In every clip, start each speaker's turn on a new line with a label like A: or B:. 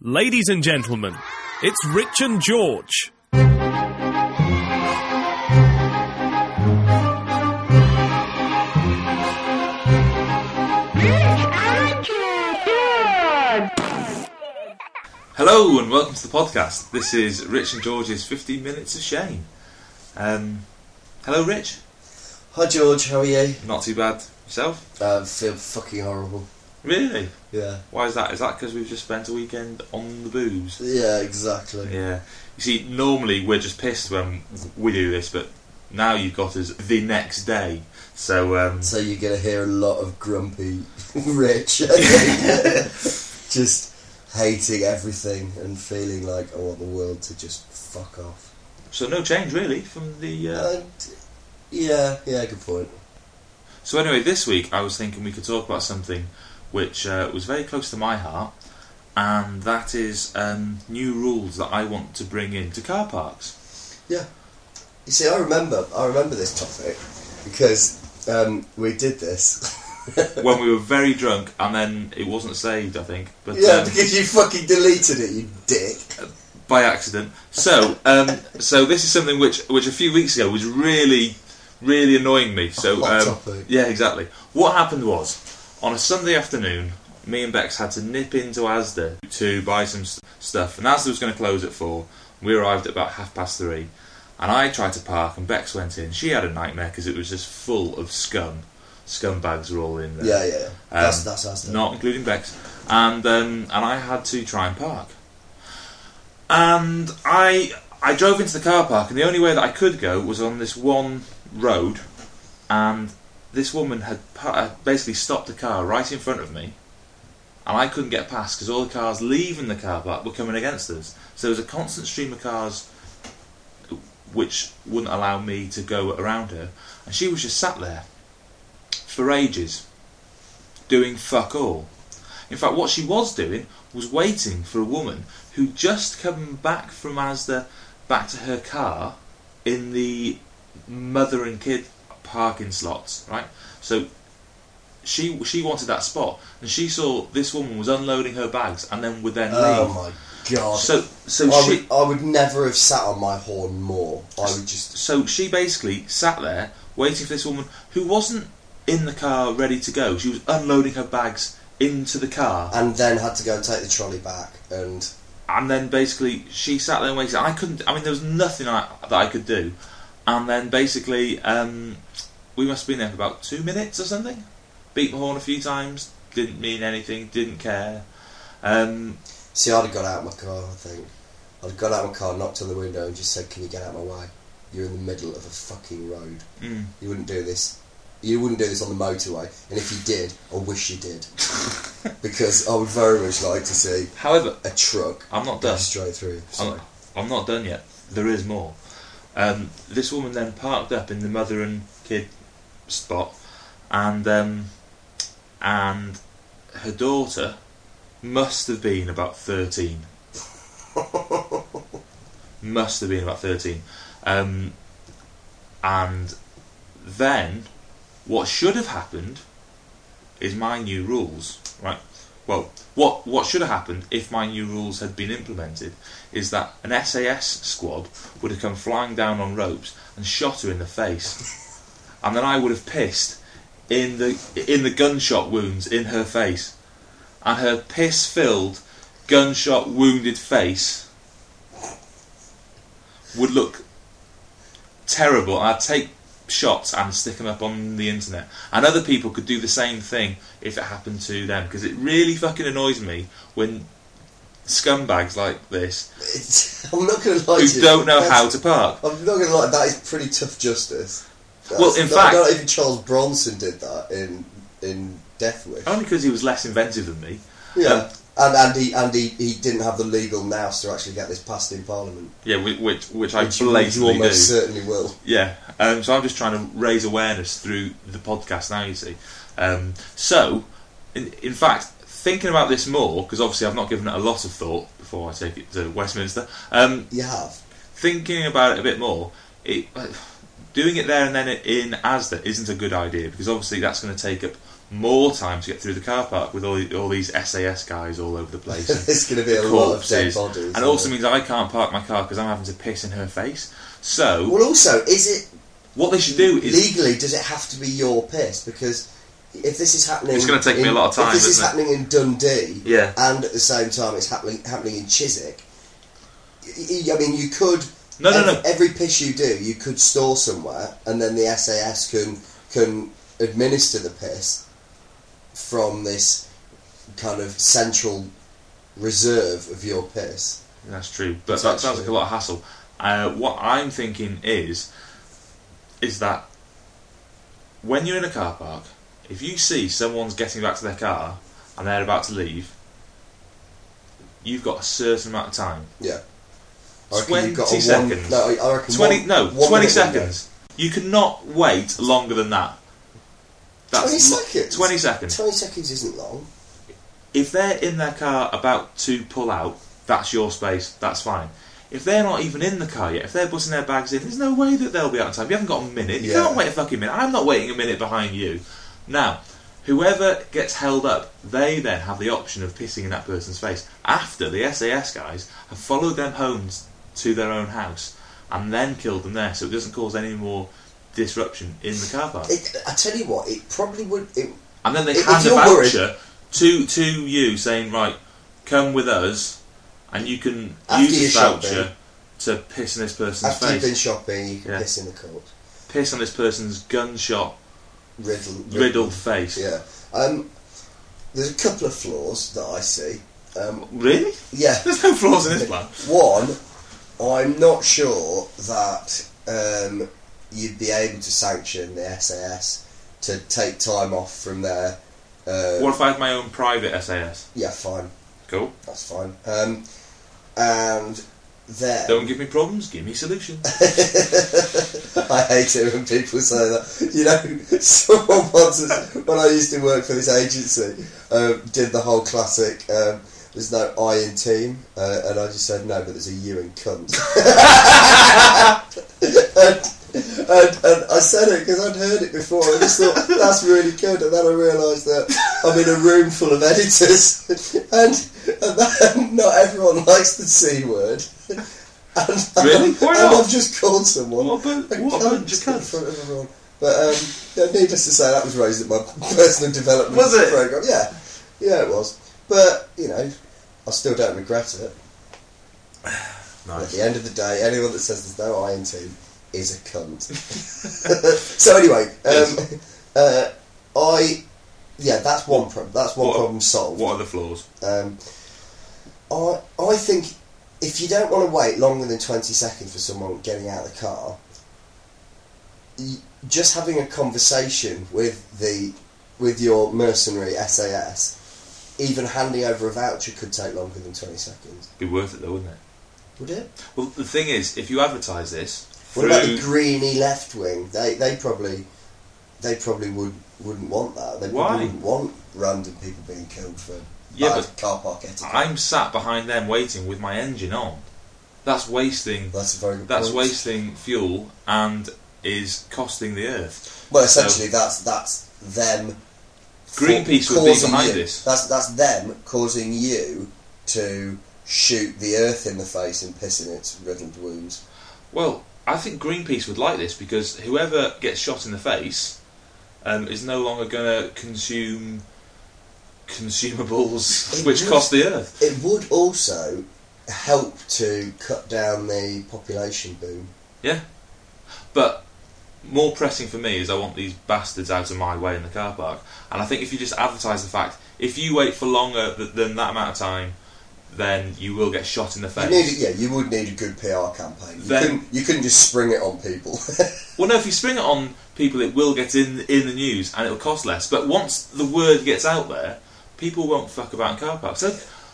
A: Ladies and gentlemen, it's Rich and George.
B: Hello and welcome to the podcast. This is Rich and George's 15 Minutes of Shame. Um, hello, Rich.
C: Hi George, how are you?
B: Not too bad yourself?
C: I feel fucking horrible.
B: Really?
C: Yeah.
B: Why is that? Is that because we've just spent a weekend on the booze?
C: Yeah, exactly.
B: Yeah. You see, normally we're just pissed when we do this, but now you've got us the next day. So, um,
C: So you're gonna hear a lot of grumpy Rich, just hating everything and feeling like I want the world to just fuck off.
B: so no change really from the. Uh,
C: And yeah, yeah, good point.
B: So anyway, this week I was thinking we could talk about something which uh, was very close to my heart, and that is um, new rules that I want to bring into car parks.
C: You see, I remember, I remember this topic because um, we did this.
B: when we were very drunk, and then it wasn't saved, I think, but
C: yeah,
B: um,
C: because you fucking deleted it, you dick.
B: by accident. So, um, so this is something which which a few weeks ago was really, really annoying me. So,
C: Hot
B: um,
C: topic.
B: yeah, exactly. What happened was on a Sunday afternoon, me and Bex had to nip into ASDA to buy some st- stuff, and ASDA was going to close at four. We arrived at about half past three, and I tried to park, and Bex went in. She had a nightmare because it was just full of scum. Scumbags were all in there
C: Yeah, yeah, yeah. that's that's us.
B: Um, not including Bex, and um, and I had to try and park. And I I drove into the car park, and the only way that I could go was on this one road, and this woman had pa- uh, basically stopped the car right in front of me, and I couldn't get past because all the cars leaving the car park were coming against us. So there was a constant stream of cars, which wouldn't allow me to go around her, and she was just sat there for ages doing fuck all. In fact, what she was doing was waiting for a woman who just come back from Asda back to her car in the mother and kid parking slots, right? So she she wanted that spot, and she saw this woman was unloading her bags and then would then
C: Oh
B: leave.
C: my god.
B: So so
C: I,
B: she
C: would, I would never have sat on my horn more. I would just.
B: so she basically sat there waiting for this woman who wasn't in the car ready to go. She was unloading her bags into the car.
C: And then had to go and take the trolley back, and
B: and then basically she sat there and waited. I couldn't. I mean, there was nothing I, that I could do. And then basically, um, we must have been there for about two minutes or something. Beat my horn a few times. Didn't mean anything. Didn't care. Um,
C: see, I'd have got out of my car. I think I'd have got out of my car, knocked on the window, and just said, "Can you get out of my way? You're in the middle of a fucking road.
B: mm.
C: You wouldn't do this. You wouldn't do this on the motorway. And if you did, I wish you did, because I would very much like to see
B: However,
C: a truck
B: I'm not
C: go
B: done.
C: straight through. Sorry.
B: I'm, I'm not done yet. There is more. Um, this woman then parked up in the mother and kid spot, and um, and her daughter must have been about thirteen. must have been about thirteen, um, and then what should have happened is my new rules, right? Well, what what should have happened if my new rules had been implemented is that an SAS squad would have come flying down on ropes and shot her in the face, and then I would have pissed in the in the gunshot wounds in her face, and her piss-filled, gunshot wounded face would look terrible. I'd take shots and stick them up on the internet, and other people could do the same thing if it happened to them because it really fucking annoys me when scumbags like this
C: It's- I'm not going to lie to
B: who
C: you.
B: don't know
C: That's-
B: how to park.
C: I'm not gonna lie, that is pretty tough justice. That's-
B: Well, in
C: no,
B: fact-
C: not even Charles Bronson did that in in Death Wish.
B: Only because he was less inventive than me.
C: yeah,
B: um,
C: and and he and he, he didn't have the legal nous to actually get this passed in Parliament.
B: Yeah, whi- which which I
C: which you
B: blatantly do.
C: almost certainly will.
B: Yeah, um, so I'm just trying to raise awareness through the podcast now. You see, um, so in, in fact, thinking about this more because obviously I've not given it a lot of thought before I take it to Westminster. Um,
C: You have.
B: thinking about it a bit more, it doing it there and then in ASDA isn't a good idea because obviously that's going to take up more time to get through the car park with all, all these SAS guys all over the place. and
C: There's going to be a lot of dead
B: corpses.
C: bodies.
B: And
C: isn't
B: also
C: there?
B: means I can't park my car because I'm having to piss in her face. So,
C: well, also, is
B: what they should do
C: it
B: is.
C: legally? Does it have to be your piss? Because if this is happening,
B: It's gonna take me
C: in-
B: a lot of time,
C: If this is
B: isn't it?
C: happening in Dundee,
B: Yeah.
C: and at the same time it's happening happening in Chiswick, y- y- I mean, you could
B: No, no,
C: ev-
B: no.
C: Every piss you do, you could store somewhere, and then the SAS can can administer the piss from this kind of central reserve of your piss.
B: That's true, but
C: It's
B: that sounds like a
C: actually-
B: lot of hassle. Uh, what I'm thinking is, is that when you're in a car park, if you see someone's getting back to their car and they're about to leave, you've got a certain amount of time.
C: Yeah.
B: 20 seconds.
C: no, I- I reckon
B: Twenty,
C: one-
B: no,
C: one minute
B: twenty
C: window.
B: seconds. You cannot wait longer than that.
C: 20
B: lo-
C: seconds?
B: Twenty seconds.
C: Twenty seconds isn't long.
B: If they're in their car about to pull out, that's your space, that's fine. If they're not even in the car yet, if they're busting their bags in, there's no way that they'll be out in time. You haven't got a minute. You
C: Yeah.
B: can't wait a fucking minute. I'm not waiting a minute behind you. Now, whoever gets held up, they then have the option of pissing in that person's face after the SAS guys have followed them home to their own house and then killed them there so it doesn't cause any more disruption in the car park.
C: It, I tell you what, it probably would. It,
B: And then they
C: If- if
B: hand a
C: you're worried-
B: voucher to to you saying, right, come with us, and you can
C: After
B: use this
C: you're shopping.
B: voucher to piss in this person's
C: after you've
B: face,
C: been shopping, you can
B: Yeah.
C: piss in the court.
B: piss on this person's gunshot
C: Riddle,
B: riddled face.
C: Yeah. Um, there's a couple of flaws that I see. Um,
B: Really?
C: yeah.
B: There's no flaws in this plan.
C: One, I'm not sure that um, you'd be able to sanction the SAS to take time off from their. Uh,
B: What if I had my own private SAS?
C: yeah, fine.
B: Cool.
C: That's fine. Um, and then
B: Don't give me problems, give me solutions.
C: I hate it when people say that. You know, someone once, when I used to work for this agency, um, did the whole classic. Um, there's no I in team, uh, and I just said no, but there's a you in cunt. and, and, and I said it because I'd heard it before. I just thought that's really good, and then I realised that I'm in a room full of editors, and, and that, not everyone likes the c word. And,
B: Really? Why
C: and
B: not?
C: I've just called someone.
B: What a bu-
C: I
B: what a
C: can't
B: bunch of
C: just in
B: cunts.
C: front of everyone. But um, yeah, needless to say, that was raised at my personal development
B: Was it?
C: program. Yeah, yeah, it was. But you know, I still don't regret it. At
B: nice.
C: the end of the day, anyone that says there's no I in team is a cunt. so anyway, um, uh, I yeah, that's one problem. That's one
B: What-
C: problem solved.
B: What are the flaws?
C: Um, I I think if you don't want to wait longer than twenty seconds for someone getting out of the car, y- just having a conversation with the with your mercenary SAS, even handing over a voucher could take longer than twenty seconds.
B: Be worth it though, wouldn't it?
C: Would it?
B: Well, the thing is, if you advertise this
C: What about the
B: through
C: greeny left wing? They they probably they probably would wouldn't want that. They probably
B: Why?
C: wouldn't want random people being killed for
B: Yeah,
C: bad car park etiquette.
B: I'm sat behind them waiting with my engine on. That's wasting
C: that's a very good
B: That's
C: point.
B: wasting fuel and is costing the earth.
C: Well, essentially, that's that's them.
B: Greenpeace
C: for-
B: would be
C: causing
B: behind
C: you-
B: this.
C: That's that's them causing you to shoot the earth in the face and piss in its riddled wounds.
B: Well, I think Greenpeace would like this because whoever gets shot in the face um, is no longer going to consume consumables
C: It
B: which
C: would.
B: cost the earth.
C: It would also help to cut down the population boom.
B: But more pressing for me is I want these bastards out of my way in the car park. And I think if you just advertise the fact, if you wait for longer th- than that amount of time, then you will get shot in the
C: You
B: face.
C: need, yeah, you would need a good PR campaign. You,
B: Then-
C: couldn't, you couldn't just spring it on people.
B: Well, no. If you spring it on people, it will get in in the news and it'll cost less. But once the word gets out there, people won't fuck about in car parks. So,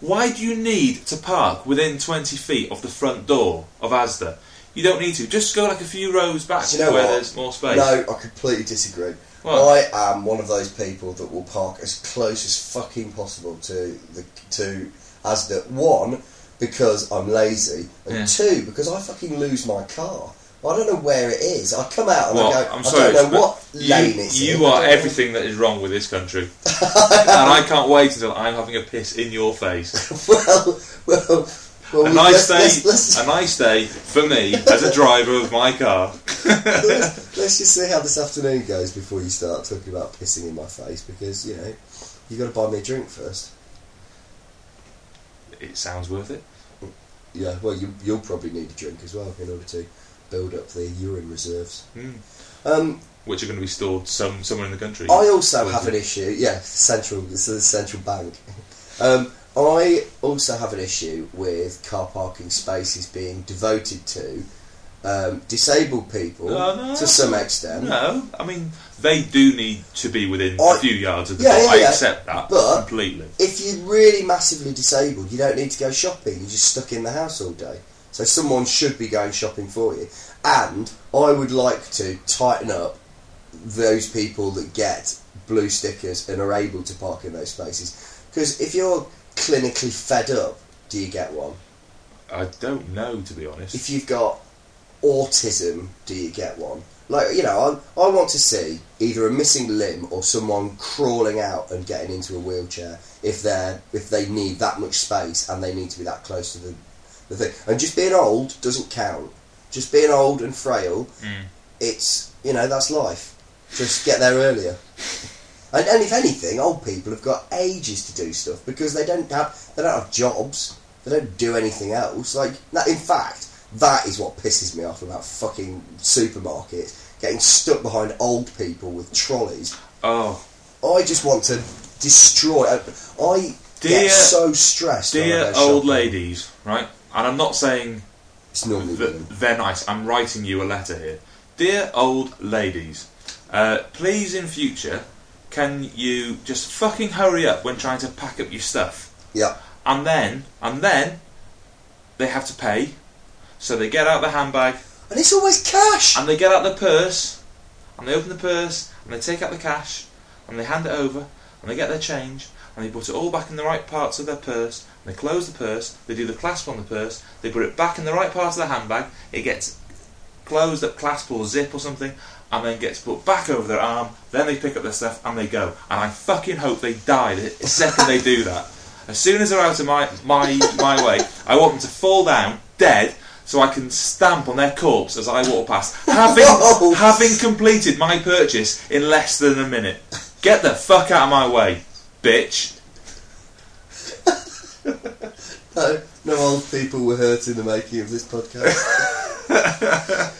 B: why do you need to park within twenty feet of the front door of ASDA? You don't need to. Just go like a few rows back
C: Do you know
B: where
C: what?
B: there's more space.
C: no, I completely disagree.
B: What?
C: I am one of those people that will park as close as fucking possible to the to ASDA. One, because I'm lazy, and
B: Yeah.
C: two, because I fucking lose my car. I don't know where it is. I come out and
B: Well,
C: I go,
B: I'm
C: I
B: sorry,
C: don't know
B: but
C: what lane it's
B: you
C: in.
B: you
C: I
B: are
C: don't know.
B: everything that is wrong with this country, and I can't wait until I'm having a piss in your face.
C: well, well, well.
B: A
C: we-
B: nice
C: let's,
B: day,
C: Let's, let's,
B: a nice day for me as a driver of my car.
C: let's, let's just see how this afternoon goes before you start talking about pissing in my face because you know you got to buy me a drink first.
B: It sounds worth it.
C: Yeah, well, you, you'll probably need a drink as well in order to build up the urine reserves.
B: Hmm.
C: Um,
B: which are going to be stored some somewhere in the country.
C: I also have
B: Wasn't
C: an issue. Yeah, central. This is the central bank. Um, I also have an issue with car parking spaces being devoted to um, disabled people
B: No, Oh, no.
C: to some extent.
B: No, I mean they do need to be within a
C: I-
B: few yards of the
C: Yeah,
B: dot.
C: yeah,
B: I
C: yeah.
B: accept that
C: But-
B: completely.
C: If you're really massively disabled, you don't need to go shopping. You're just stuck in the house all day. So someone should be going shopping for you. And I would like to tighten up those people that get blue stickers and are able to park in those spaces. Because if you're clinically fed up, do you get one?
B: I don't know to be honest.
C: If you've got autism, do you get one? Like, you know, I, I want to see either a missing limb or someone crawling out and getting into a wheelchair if they're if they need that much space and they need to be that close to the, the thing. And just being old doesn't count. Just being old and frail,
B: Mm.
C: it's you know that's life. Just get there earlier. And, and if anything, old people have got ages to do stuff because they don't have they don't have jobs. They don't do anything else. Like that, in fact, that is what pisses me off about fucking supermarkets getting stuck behind old people with trolleys.
B: Oh
C: I just want to destroy. I, I
B: Dear-
C: get so stressed. when I
B: dear
C: go
B: old
C: shopping.
B: ladies, right? And I'm not saying
C: It's normally
B: that
C: women.
B: they're nice. I'm writing you a letter here, dear old ladies. Uh, please, in future, can you just fucking hurry up when trying to pack up your stuff?
C: Yeah,
B: and then and then they have to pay. So they get out the handbag
C: and it's always cash.
B: and they get out the purse and they open the purse and they take out the cash and they hand it over and they get their change and they put it all back in the right parts of their purse and they close the purse, they do the clasp on the purse, they put it back in the right part of the handbag, it gets closed up clasp or zip or something and then gets put back over their arm, then they pick up their stuff and they go. And I fucking hope they die the second they do that. As soon as they're out of my, my, my way, I want them to fall down dead so I can stamp on their corpse as I walk past, having,
C: Whoa.
B: having completed my purchase in less than a minute. Get the fuck out of my way, bitch.
C: No, no old people were hurt in the making of this podcast.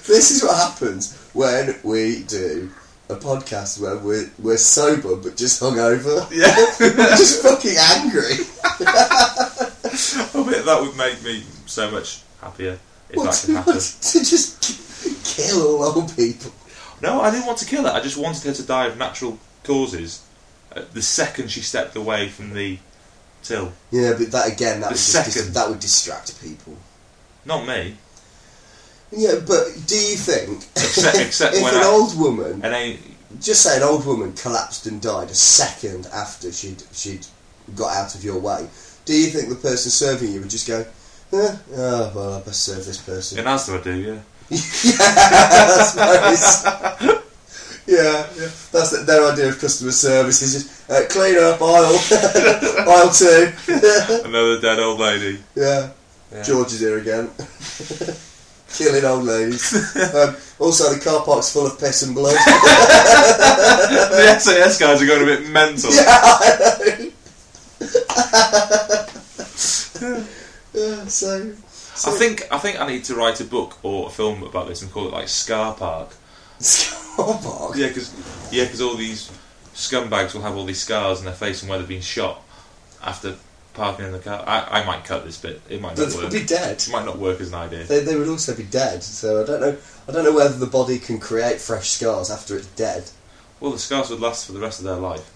C: this is what happens when we do a podcast where we're, we're sober but just hungover.
B: Yeah.
C: we're just fucking angry.
B: I bet that would make me so much happier if
C: What
B: that
C: do
B: could
C: you want
B: happen.
C: to just ki- kill all old people.
B: No, I didn't want to kill her. I just wanted her to die of natural causes. Uh, the second she stepped away from the till,
C: Yeah, but that again,
B: The
C: that would, just,
B: second.
C: dis- that would distract people.
B: not me.
C: Yeah, but do you think
B: Except- except
C: if
B: when
C: an
B: I-
C: old woman
B: And I,
C: just say an old woman collapsed and died a second after she'd she'd got out of your way, do you think the person serving you would just go, eh, oh, well, I best serve this person?
B: and as do I do, yeah.
C: that's nice. yeah, yeah, that's the, their idea of customer service is just uh, clean up aisle, aisle two.
B: Another dead old lady.
C: yeah.
B: Yeah.
C: George is here again. Killing old ladies. um, also, the car park's full of piss and blood.
B: the SAS guys are going a bit mental.
C: Yeah, so,
B: I think I think I need to write a book or a film about this and call it like Scar Park.
C: Car park.
B: Yeah, because all these scumbags will have all these scars on their face and where they've been shot after parking in the car. I, I might cut this bit. It might not
C: They'd
B: work.
C: be dead.
B: It might not work as an idea.
C: They, they would also be dead. So I don't know. I don't know whether the body can create fresh scars after it's dead.
B: Well, the scars would last for the rest of their life.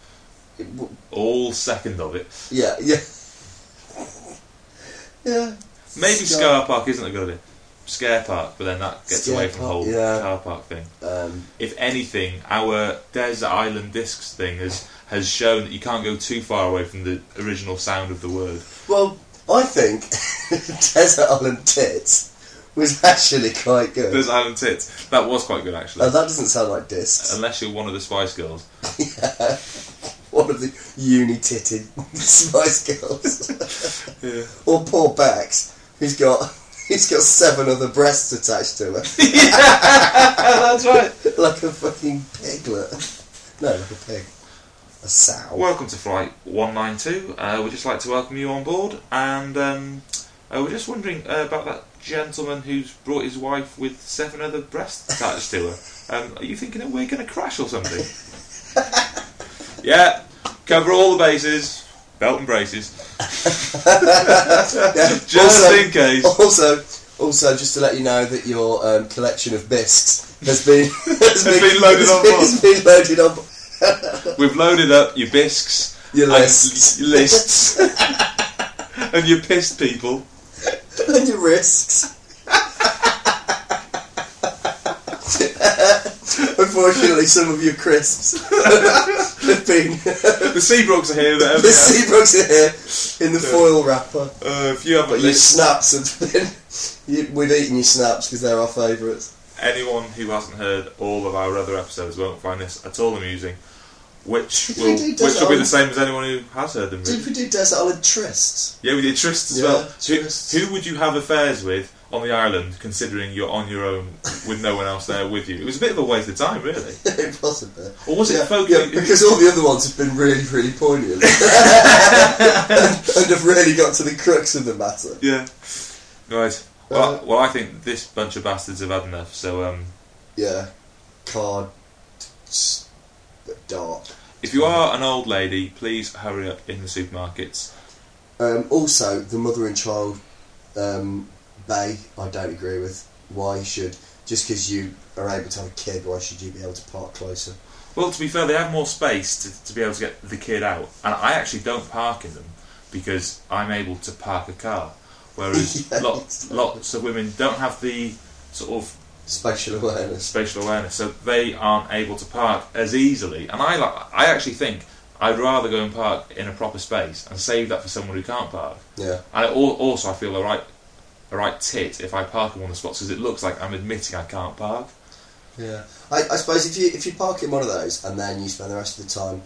C: It w-
B: All second of it.
C: yeah, yeah, yeah.
B: Maybe
C: Scar-
B: Scar Park isn't a good idea. Scare Park, but then that gets
C: Scare
B: away from the
C: Park,
B: whole
C: yeah.
B: car park thing.
C: Um,
B: If anything, our Desert Island Discs thing has, has shown that you can't go too far away from the original sound of the word.
C: well, I think Desert Island Tits was actually quite good.
B: There's Alan Tits. That was quite good actually.
C: Oh, that doesn't sound like discs.
B: Unless you're one of the Spice Girls.
C: One of the uni-titted Spice Girls.
B: Yeah.
C: or poor Bex, who's got who's got seven other breasts attached to her,
B: that's right.
C: like a fucking piglet. No, like a pig. A sow.
B: Welcome to Flight 192. Uh, we'd just like to welcome you on board. And um, uh, we're just wondering uh, about that gentleman who's brought his wife with seven other breasts attached to her. Um, are you thinking that we're going to crash or something? yeah, cover all the bases, belt and braces. just
C: Also-
B: in case.
C: Also, also, just to let you know that your um, collection of bisques has been has
B: been loaded
C: has
B: on
C: been-
B: board.
C: has been loaded on board.
B: We've loaded up your bisques,
C: Your
B: and
C: lists.
B: l- lists, and your pissed people.
C: and your risks. Unfortunately, some of your crisps have been. the
B: The Seabrooks are here. They're
C: Seabrooks are here in the foil wrapper,
B: uh, if you haven't
C: but your
B: listened-
C: snaps have been. You, we've eaten your snaps because they're our favourites.
B: anyone who hasn't heard all of our other episodes won't find this at all amusing, which
C: Did we
B: will
C: do
B: which
C: Desert
B: will be the
C: Island?
B: same as anyone who has heard them.
C: Did
B: Really.
C: we do Desert Island Trysts?
B: Yeah, we did Trist as
C: Yeah,
B: well.
C: Trist.
B: Who, who would you have affairs with on the island, considering you're on your own with no one else there with you? It was a bit of a waste of time, really.
C: it wasn't there.
B: Or was it
C: Yeah,
B: folk?
C: yeah,
B: who-
C: because all the other ones have been really, really poignant and, and have really got to the crux of the matter.
B: yeah. Right. Well,
C: Uh,
B: I- well, I think this bunch of bastards have had enough. So, um,
C: Yeah. Card. s- Dart.
B: if you are an old lady, please hurry up in the supermarkets.
C: Um, also, the mother and child um, bay, I don't agree with. Why should. Just because you are able to have a kid, why should you be able to park closer?
B: Well, to be fair, they have more space to, to be able to get the kid out, and I actually don't park in them because I'm able to park a car, whereas
C: Yeah,
B: lots lots of women don't have the sort of
C: Spatial awareness.
B: spatial awareness, so they aren't able to park as easily. And I like, I actually think I'd rather go and park in a proper space and save that for someone who can't park.
C: Yeah.
B: And I, al- also, I feel a right a right tit if I park in one of the spots because it looks like I'm admitting I can't park.
C: Yeah. I, I suppose if you if you park in one of those and then you spend the rest of the time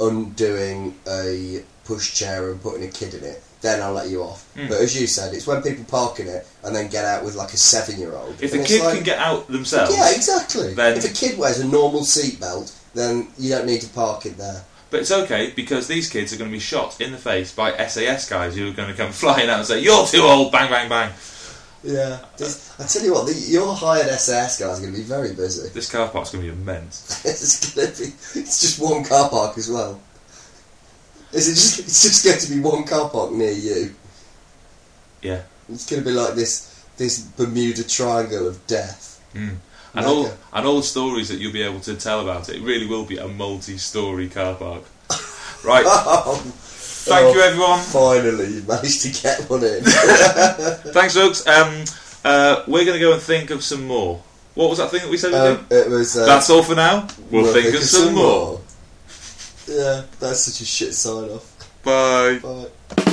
C: undoing a pushchair and putting a kid in it, then I'll let you off.
B: Mm.
C: But as you said, it's when people park in it and then get out with like a seven year old.
B: If the kid can get out themselves,
C: Yeah, exactly.
B: Then-
C: if a kid wears a normal seatbelt, then you don't need to park it there.
B: But it's okay because these kids are going to be shot in the face by SAS guys who are going to come flying out and say, You're too old, bang, bang, bang.
C: Yeah. I tell you what, the, your hired SAS guys are going to be very busy.
B: This car park's going to be immense.
C: it's going to be. It's just one car park as well. Is it just? It's just going to be one car park near you.
B: Yeah.
C: It's going to be like this this Bermuda Triangle of death.
B: Mm. And,
C: Like
B: all,
C: a-
B: and all the stories that you'll be able to tell about it, it really will be a multi story car park. Right, thank you everyone.
C: Um, oh, Finally, you managed to get one in.
B: Thanks, folks. Um, uh, we're going to go and think of some more. What was that thing that we said we'd do?
C: um, it was. Uh,
B: That's all for now. We'll, think, of some, more.
C: Yeah, that's such a shit sign off.
B: Bye.
C: Bye.